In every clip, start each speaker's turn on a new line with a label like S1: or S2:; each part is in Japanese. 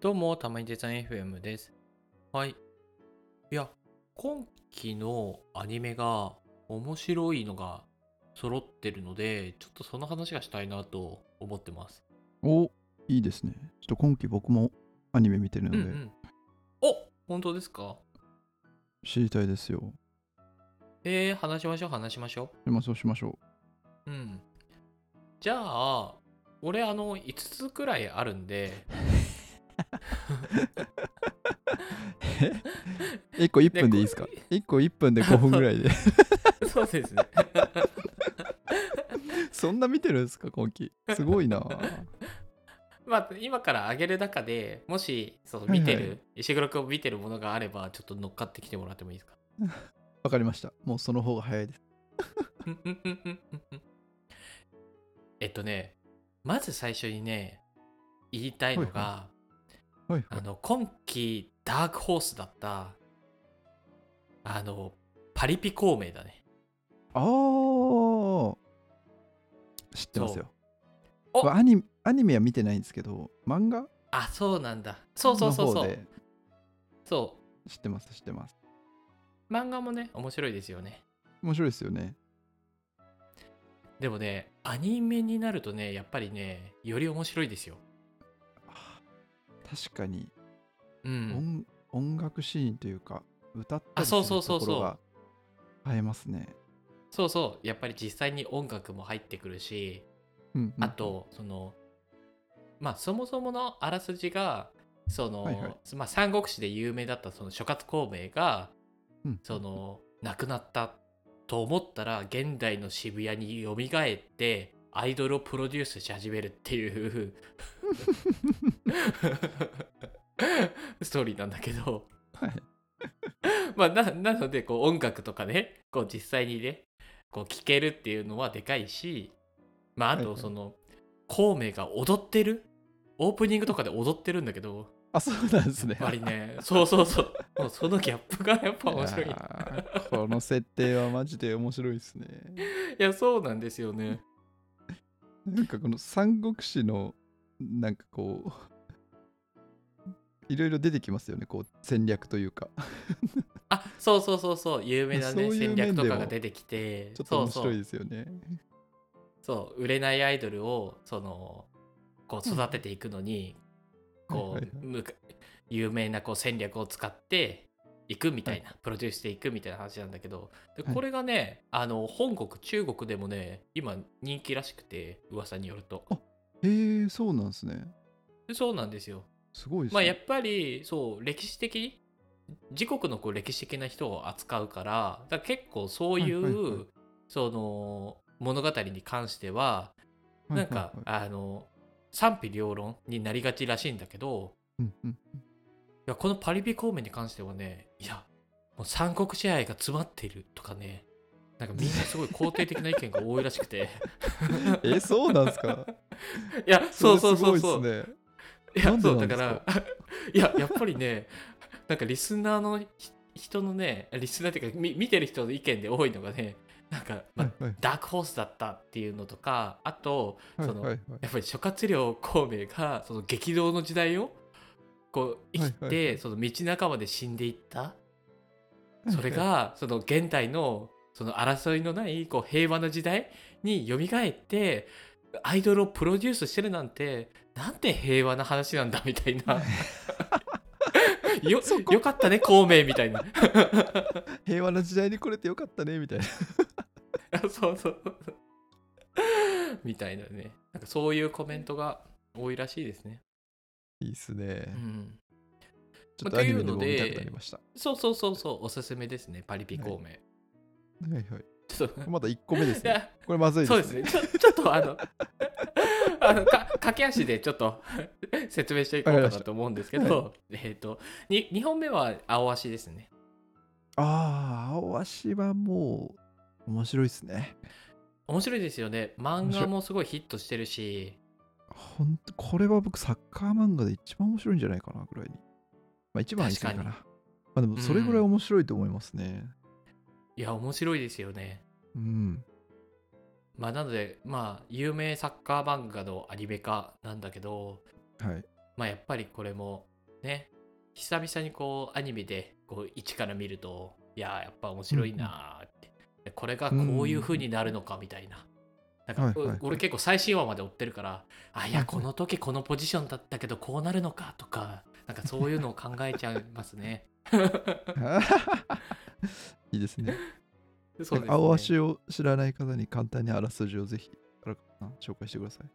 S1: どうも、たまにデザイン FM です。はい。いや、今期のアニメが面白いのが揃ってるので、ちょっとその話がしたいなと思ってます。
S2: おいいですね。ちょっと今期僕もアニメ見てるの
S1: うんう
S2: で
S1: ん。お本当ですか
S2: 知りたいですよ。
S1: えー、話しましょう、話しましょ
S2: でまあそうしましょ
S1: う。うん。じゃあ、俺、あの、5つくらいあるんで、
S2: う。1個1分でいいですか
S1: ね
S2: ?1 個1分で5分ぐら いで。
S1: そうですね。
S2: そんな見てるんですか今期。すごいな。
S1: まあ、今から上げる中でもしそう
S2: はいはい
S1: 見てる、石黒君を見てるものがあればちょっと乗っかってきてもらってもいいですか
S2: わかりました。もうその方が早いです。
S1: えっとねまず最初にね言いたいのが、
S2: はいはい
S1: あ。の今季ダークホースだったあのパリピ孔明だね
S2: あー知ってますよ。
S1: そうお
S2: まあアニアニメは見てないんですけど、漫画
S1: あそうなんだそうそう
S2: の
S1: そう
S2: 方
S1: そう
S2: で
S1: そ
S2: 知ってます知ってます。
S1: う漫画もね面白いですよね
S2: 面白いですよね。
S1: でもねアニメになるとねやっぱりねより面白いですよ
S2: あー確かに
S1: うん
S2: 音音楽シーンというか歌った
S1: あ
S2: りす
S1: そう
S2: る
S1: そう
S2: と
S1: そう
S2: ころ
S1: そう
S2: が映えますね。
S1: そうそうやっぱり実際に音楽も入ってくるし
S2: うんうん
S1: あとそのまあそもそものあらすじがその、
S2: はいはい
S1: まあ、三国志で有名だったその諸葛孔明が
S2: うんうん
S1: その亡くなったと思ったら現代の渋谷に蘇ってアイドルをプロデュースし始めるっていう ストーリーなんだけど
S2: はい
S1: まあ、ななのでこう音楽とかねこう実際にねこう聴けるっていうのはでかいし、まあ、あ
S2: はい
S1: と
S2: はい
S1: その孔明が踊ってるオープニングとかで踊ってるんだけど
S2: あそうなんですね。
S1: やっぱりね そうそうそうもうそのギャップがやっぱ面白い
S2: い
S1: い
S2: やーこの設定はマジで面白いですね。
S1: やそうなんですよね
S2: なんかこの三国志のなんかこういろいろ出てきますよねこう戦略というか
S1: あそうそうそうそう有名なね
S2: そういう
S1: 戦
S2: 面で
S1: 略
S2: も
S1: とかが出てきて
S2: ちょっと
S1: そう
S2: 面
S1: そ
S2: 白いうですよね。
S1: そう売れないアイドルをそのこう育てていくのにこ
S2: はいはいう
S1: むか有名なこう戦略を使っていくみたいな、プロデュースしていくみたいな話なんだけどで
S2: はい
S1: これがね、あの本国中国でもね今人気らしくて噂によると
S2: へえそうなんですね。
S1: でそうなんですよ
S2: すごいですね。
S1: まあやっぱりそう歴史的に自国のこう歴史的な人を扱うからだから結構そういう、
S2: はいはいはい
S1: その物語に関しては
S2: は
S1: ないん
S2: はいは
S1: か
S2: い、
S1: あの賛否両論になりがちらしいんだけど
S2: うんうん
S1: いやこのパリピ孔明に関してはねいやもう三国支配が詰まっているとかねなんかみんなすごい肯定的な意見が多いらしくて
S2: えそうなんで すか
S1: いやそうそうそう
S2: れす
S1: そ
S2: ご
S1: う
S2: いですね。
S1: い
S2: な
S1: や
S2: んで
S1: そうだ
S2: なん
S1: か
S2: です
S1: ら
S2: か
S1: いややっぱりねなんかリスナーのひ人のねリスナーっていうかみ見てる人の意見で多いのがねなんか、まあ
S2: はいはい
S1: ダークホースだったっていうのとかあと
S2: はい
S1: そ
S2: はい
S1: の
S2: はい
S1: やっぱり諸葛亮孔明がその激動の時代をこう生きて、
S2: はいはいはい
S1: その道半ばで死んでいったそれ がその現代のその争いのないこう平和な時代に蘇ってアイドルをプロデュースしてるなんてなんて平和な話なんだみたい なよよかったね孔明みたいな
S2: 平和な時代に来れてよかったねみたいな。
S1: そうそうそうみたいなねなんかそういうコメントが多いらしいですね。
S2: いいっすね
S1: う。ん
S2: ちょっとアニメでも
S1: という
S2: 見
S1: ので
S2: たくなりました。
S1: そうそうそうそう、おすすめですね、パリピ孔明。
S2: はいはい。
S1: ちょっと、
S2: まだ1個目です
S1: い
S2: ね。
S1: や、
S2: これまずいです
S1: そう
S2: ね。
S1: ですね、ちょちょっとあの、 あのか駆け足でちょっと 説明していこうかな
S2: わかりました
S1: と思うんですけど、えっ、とに、2本目は青足ですね。
S2: ああ、青足はもう面白いですね。
S1: 面白いですよね、漫
S2: 面白
S1: 画
S2: い
S1: もすごいヒットしてるし、
S2: ほんと、これは僕サッカー漫画で一番面白いんじゃないかなぐらいに。まあ一番はいいかな。
S1: 確か
S2: まあでもそれぐらい面白いと思いますね。
S1: いや、面白いですよね。
S2: うん。
S1: まあ、なので、まあ、有名サッカー漫画のアニメ化なんだけど、
S2: はい。
S1: まあ、やっぱりこれもね久々にこうアニメでこう一から見るといやーやっぱ面白いなーって、でこれがこういう風になるのかみたいな。なんか
S2: はいはいはい
S1: 俺結構最新話まで追ってるからあい
S2: は
S1: や
S2: い
S1: この時このポジションだったけどこうなるのかとかなんかそういうのを考えちゃいます ね。
S2: いいですね。
S1: そう ですね
S2: 青足を知らない方に簡単にあらすじをぜひあらかな紹介してください。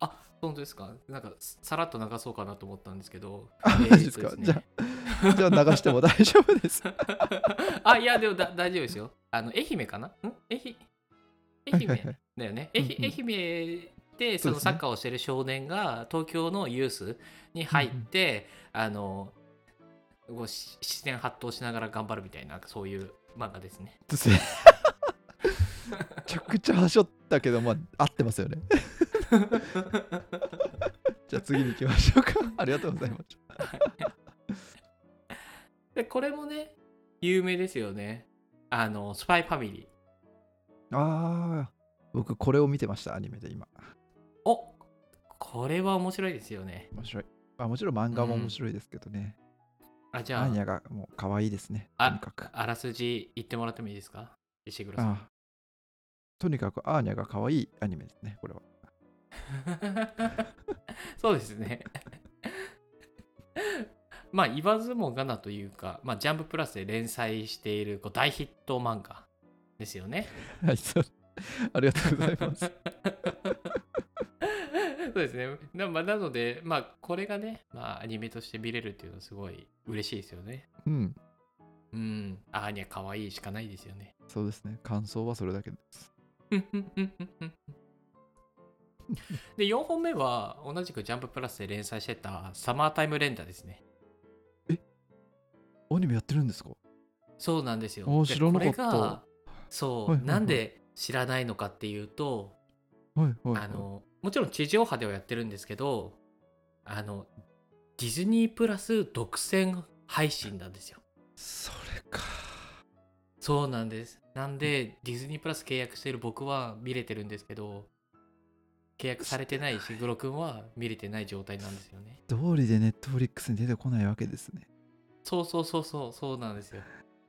S1: あ本当ですかなんかささらっと流そうかなと思ったんですけど。
S2: あ
S1: えー
S2: マジですか
S1: そうね
S2: じゃあ、じゃあ流しても大丈夫 です。
S1: あ、いや、でもだ大丈夫ですよ。あの、愛媛かなん愛媛愛媛
S2: はいはいはい
S1: だよね。
S2: うん
S1: 愛
S2: うん
S1: 愛媛で、そ
S2: そう
S1: の
S2: です
S1: サ
S2: ね
S1: ッカーをしてる少年が、東京のユースに入って、あの、こうし自然発動しながら頑張るみたいな、なんかそういう漫画です ね。
S2: ですね。めちゃくちゃはしょったけど、まあ、合ってますよね。 じゃあ次に行きましょうか。 ありがとうございました。
S1: で、これもね、有名ですよね。あの、スパイファミリー。
S2: ああ、僕これを見てました、アニメで今。
S1: おこれは面白いですよね。
S2: 面白い。まあ、もちろん漫画も面白いですけどね。
S1: あ、じ
S2: ア
S1: ゃ
S2: ーニ
S1: あ、
S2: ャがもう可愛いですね。と
S1: あ
S2: にかく。
S1: あらすじ言ってもらってもいいですか石黒さん。
S2: ああとにかくアーニャが可愛いアニメですね、これは。
S1: そうですね。まあ言わずもがなというか、まあ、ジャンププラスで連載しているこう大ヒット漫画ですよね。
S2: はい、そう。ありがとうございます。
S1: そうですね。な,、まあ、なので、まあ、これがね、まあ、アニメとして見れるっていうのはすごい嬉しいですよね。
S2: うん、
S1: うん。あーにゃ可愛いしかないですよね。
S2: そうですね。感想はそれだけです。
S1: で、4本目は同じくジャンププラスで連載してたサマータイムレンダーですね。
S2: アニメやってるんですか
S1: そうなんですよ。
S2: おー
S1: で
S2: 知らなかった
S1: これがそう、
S2: はいはいはい
S1: なんで知らないのかっていうと、
S2: はいはい、はい。
S1: あのもちろん地上波ではやってるんですけどあのディズニープラス独占配信なんですよ。
S2: それか。
S1: そうなんです。なんでディズニープラス契約してる僕は見れてるんですけど契約されてない石黒くんは見れてない状態なんですよね。
S2: 通りでネットフリックスに出てこないわけですね。
S1: そうそうそうそうそうなんですよ。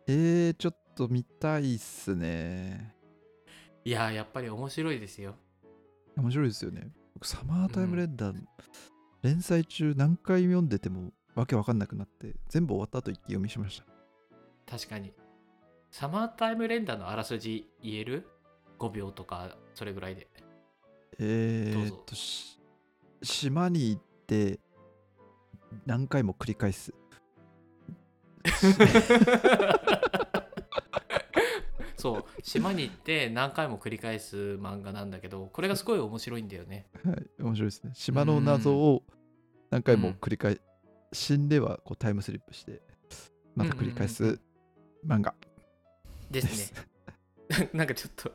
S2: えー、ちょっと見たいっすね。
S1: いやーやっぱり面白いですよ。
S2: 面白いですよね。僕、サマータイ
S1: う
S2: ム
S1: ん
S2: レンダー、連載中何回読んでてもわけわかんなくなって、全部終わった後一気読みしました。
S1: 確かに。サマータイム連打のあらすじ言える ?5 秒とかそれぐらいで。
S2: え
S1: どう
S2: ー
S1: ぞ
S2: っと、し島に行って、何回も繰り 返す。
S1: そう島に行って何回も繰り返す漫画なんだけどこれがすごい面白いんだよね。
S2: はい、 面白いですね。島の謎を何回
S1: う
S2: も
S1: ん
S2: 繰り返、死んではこうタイムスリップして、また繰り返
S1: うんうん
S2: す漫画
S1: で
S2: ですす
S1: ね。。なんかちょっと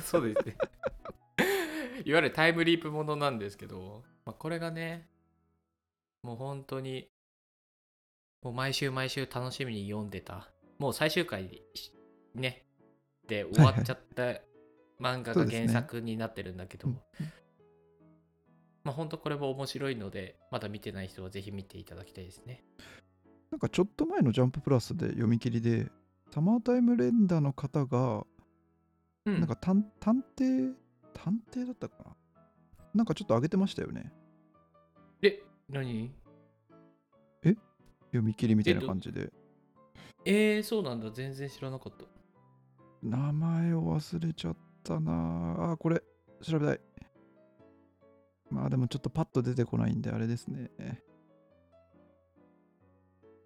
S1: そうですね。 いわゆるタイムリープものなんですけど、まあ、これがねもう本当にもう毎週毎週楽しみに読んでたもう最終回にしねで終わっちゃった漫画
S2: そ
S1: が
S2: うですね
S1: 原作になってるんだけど、
S2: うん
S1: まあ本当これも面白いのでまだ見てない人はぜひ見ていただきたいですね。
S2: なんかちょっと前のジャンププラスで読み切りで、サマータイムレンダーの方が、
S1: うん、
S2: なんか探探偵、探偵だったかななんかちょっと上げてましたよね。
S1: え何
S2: 読み切りみたい
S1: え
S2: な
S1: ど
S2: 感じで。
S1: えー、そうなんだ全然知らなかった。
S2: 名前を忘れちゃったなああーこれ調べたいまあでもちょっとパッと出てこないんであれですね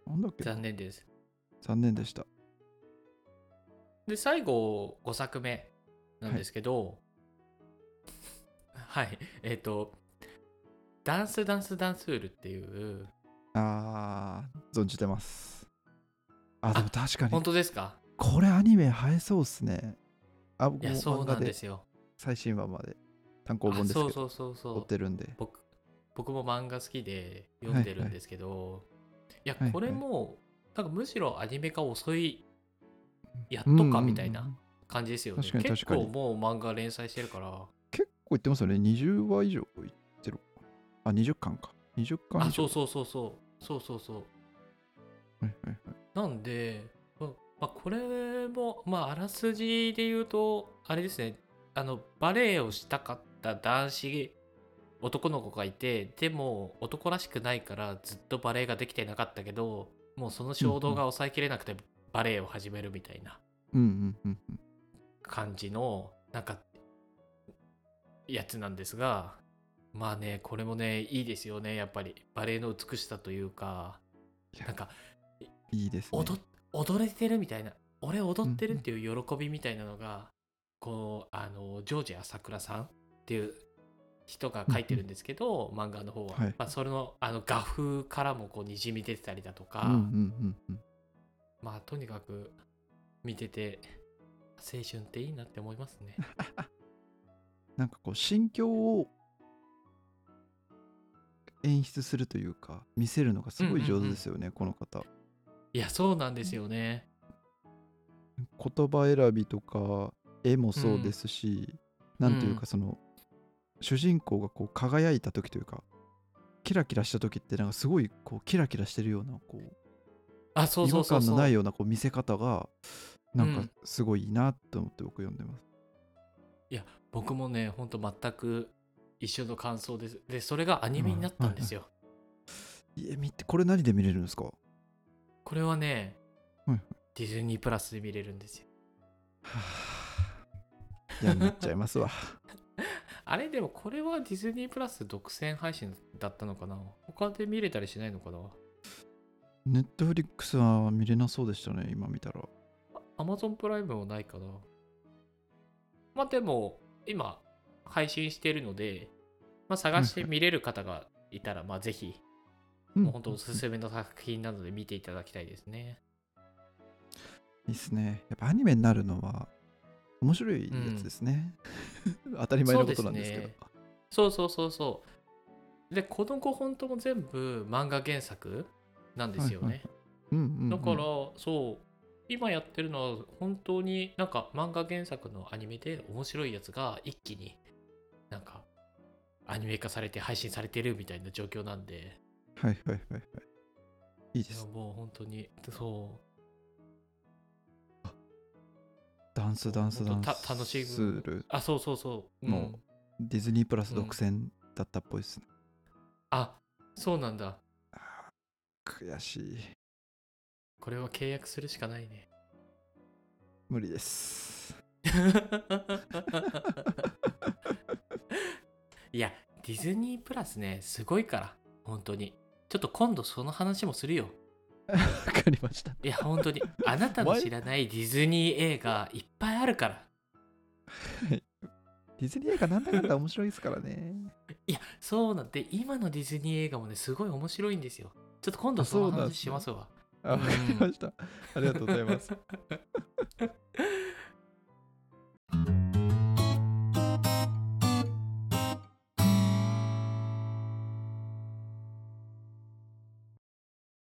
S2: なんだっけ
S1: 残念です。
S2: 残念でした
S1: で最後5作目なんですけどはい、えっ、と「ダンスダンスダンスール」っていう
S2: あー存じてますあでも確か
S1: 本
S2: に
S1: 当ですか
S2: これアニメ映えそうっすねあ僕
S1: いや
S2: も
S1: そうな
S2: 漫画
S1: んで
S2: です
S1: よ
S2: 最新話まで単行
S1: あ
S2: 本ですけ
S1: そう
S2: ど
S1: そうそうそ
S2: 追っ
S1: う
S2: てるんで
S1: 僕僕も漫画好きで読んでるんですけど、い
S2: はいは
S1: や
S2: い
S1: これも、なんかむしろアニメ化遅いやっとかみたい
S2: うんうんう
S1: なん感じですよね、
S2: 確かに確かに
S1: 結構もう漫画連載してるから
S2: 結構いってますよね20話以上いってるあ20巻か20巻
S1: あ
S2: 以上
S1: そうそうそうそうそうそうそう
S2: はいはいはい。
S1: なんで、うんまあ、これも、まあ、あらすじで言うとあれですねあのバレエをしたかった男子男の子がいてでも男らしくないからずっとバレエができてなかったけどもうその衝動が抑えきれなくてバレエを始めるみたいな
S2: うんうんうんうん。
S1: 感じのなんかやつなんですがまあねこれもねいいですよねやっぱりバレエの美しさというか
S2: いや
S1: なんか
S2: いいですね。
S1: 踊っ踊れてるみたいな俺踊ってるっていう喜びみたいなのが、こうあのジョージ朝倉さんっていう人が書いてるんですけど、漫画の方は、
S2: はい
S1: まあ、それのあの画風からもこうにじみ出てたりだとか、
S2: うんうんうんうん。
S1: まあとにかく見てて青春っていいなって思います ね。
S2: なんかこう、心境を演出するというか、見せるのがすごい上手ですよね、この方。
S1: いやそうなんですよね。
S2: 言葉選びとか絵もそうですし、なんという
S1: うん
S2: かその、主人公がこう輝いた時というかキラキラした時ってなんかすごいこうキラキラしてるようなこう
S1: あそう
S2: 違
S1: そう
S2: 和
S1: そう
S2: 感
S1: そ
S2: の
S1: う。
S2: ないようなこう見せ方がなん
S1: う
S2: か
S1: ん
S2: すごいいいなと思って僕読んでます。
S1: 僕もねほんと全く一緒の感想です。でそれがアニメになったんですよ。
S2: え見てこれ何で見れるんですか
S1: これはね、
S2: はいはい
S1: ディズニープラスで見れるんですよ。
S2: いやめっちゃいますわ。
S1: あれでもこれはディズニープラス独占配信だったのかな他で見れたりしないのかな
S2: ネットフリックスは見れなそうでしたね今見たら。
S1: アマゾンプライムもないかなまあでも今配信してるので、まあ、探して見れる方がいたらまあぜひもう本当おすすめの作品なので見ていただきたいですね。
S2: いいっすね。やっぱアニメになるのは面白いやつですね。 当たり前のことなんですけど。
S1: そうですそうそうそうそう。でこの5本とも全部漫画原作なんですよね。
S2: はいはいうんうんうん
S1: だから、そう今やってるのは本当になんか漫画原作のアニメで面白いやつが一気になんかアニメ化されて配信されてるみたいな状況なんで
S2: はいはいはいはい。いい
S1: い
S2: で
S1: や
S2: す。
S1: もう本当にそ
S2: ダンスダンスダン
S1: た楽しい
S2: ススール
S1: うあそうそうそう、うん
S2: のディズニープラス独占だったっぽいですね。
S1: あそうなんだ
S2: 悔しい。
S1: これは契約するしかないね
S2: 無理です。
S1: いやディズニープラスねすごいから本当にちょっと今度その話もするよ
S2: わかりました。
S1: いや本当にあなたの
S2: 前
S1: 知らないディズニー映画いっぱいあるから
S2: ディズニー映画なんだかんだ面白いですからね。
S1: いやそうなんで今のディズニー映画もねすごい面白いんですよちょっと今度
S2: あ
S1: その
S2: そうなん
S1: 話
S2: ですね
S1: しますわ
S2: あわかりました。ありがとうございます。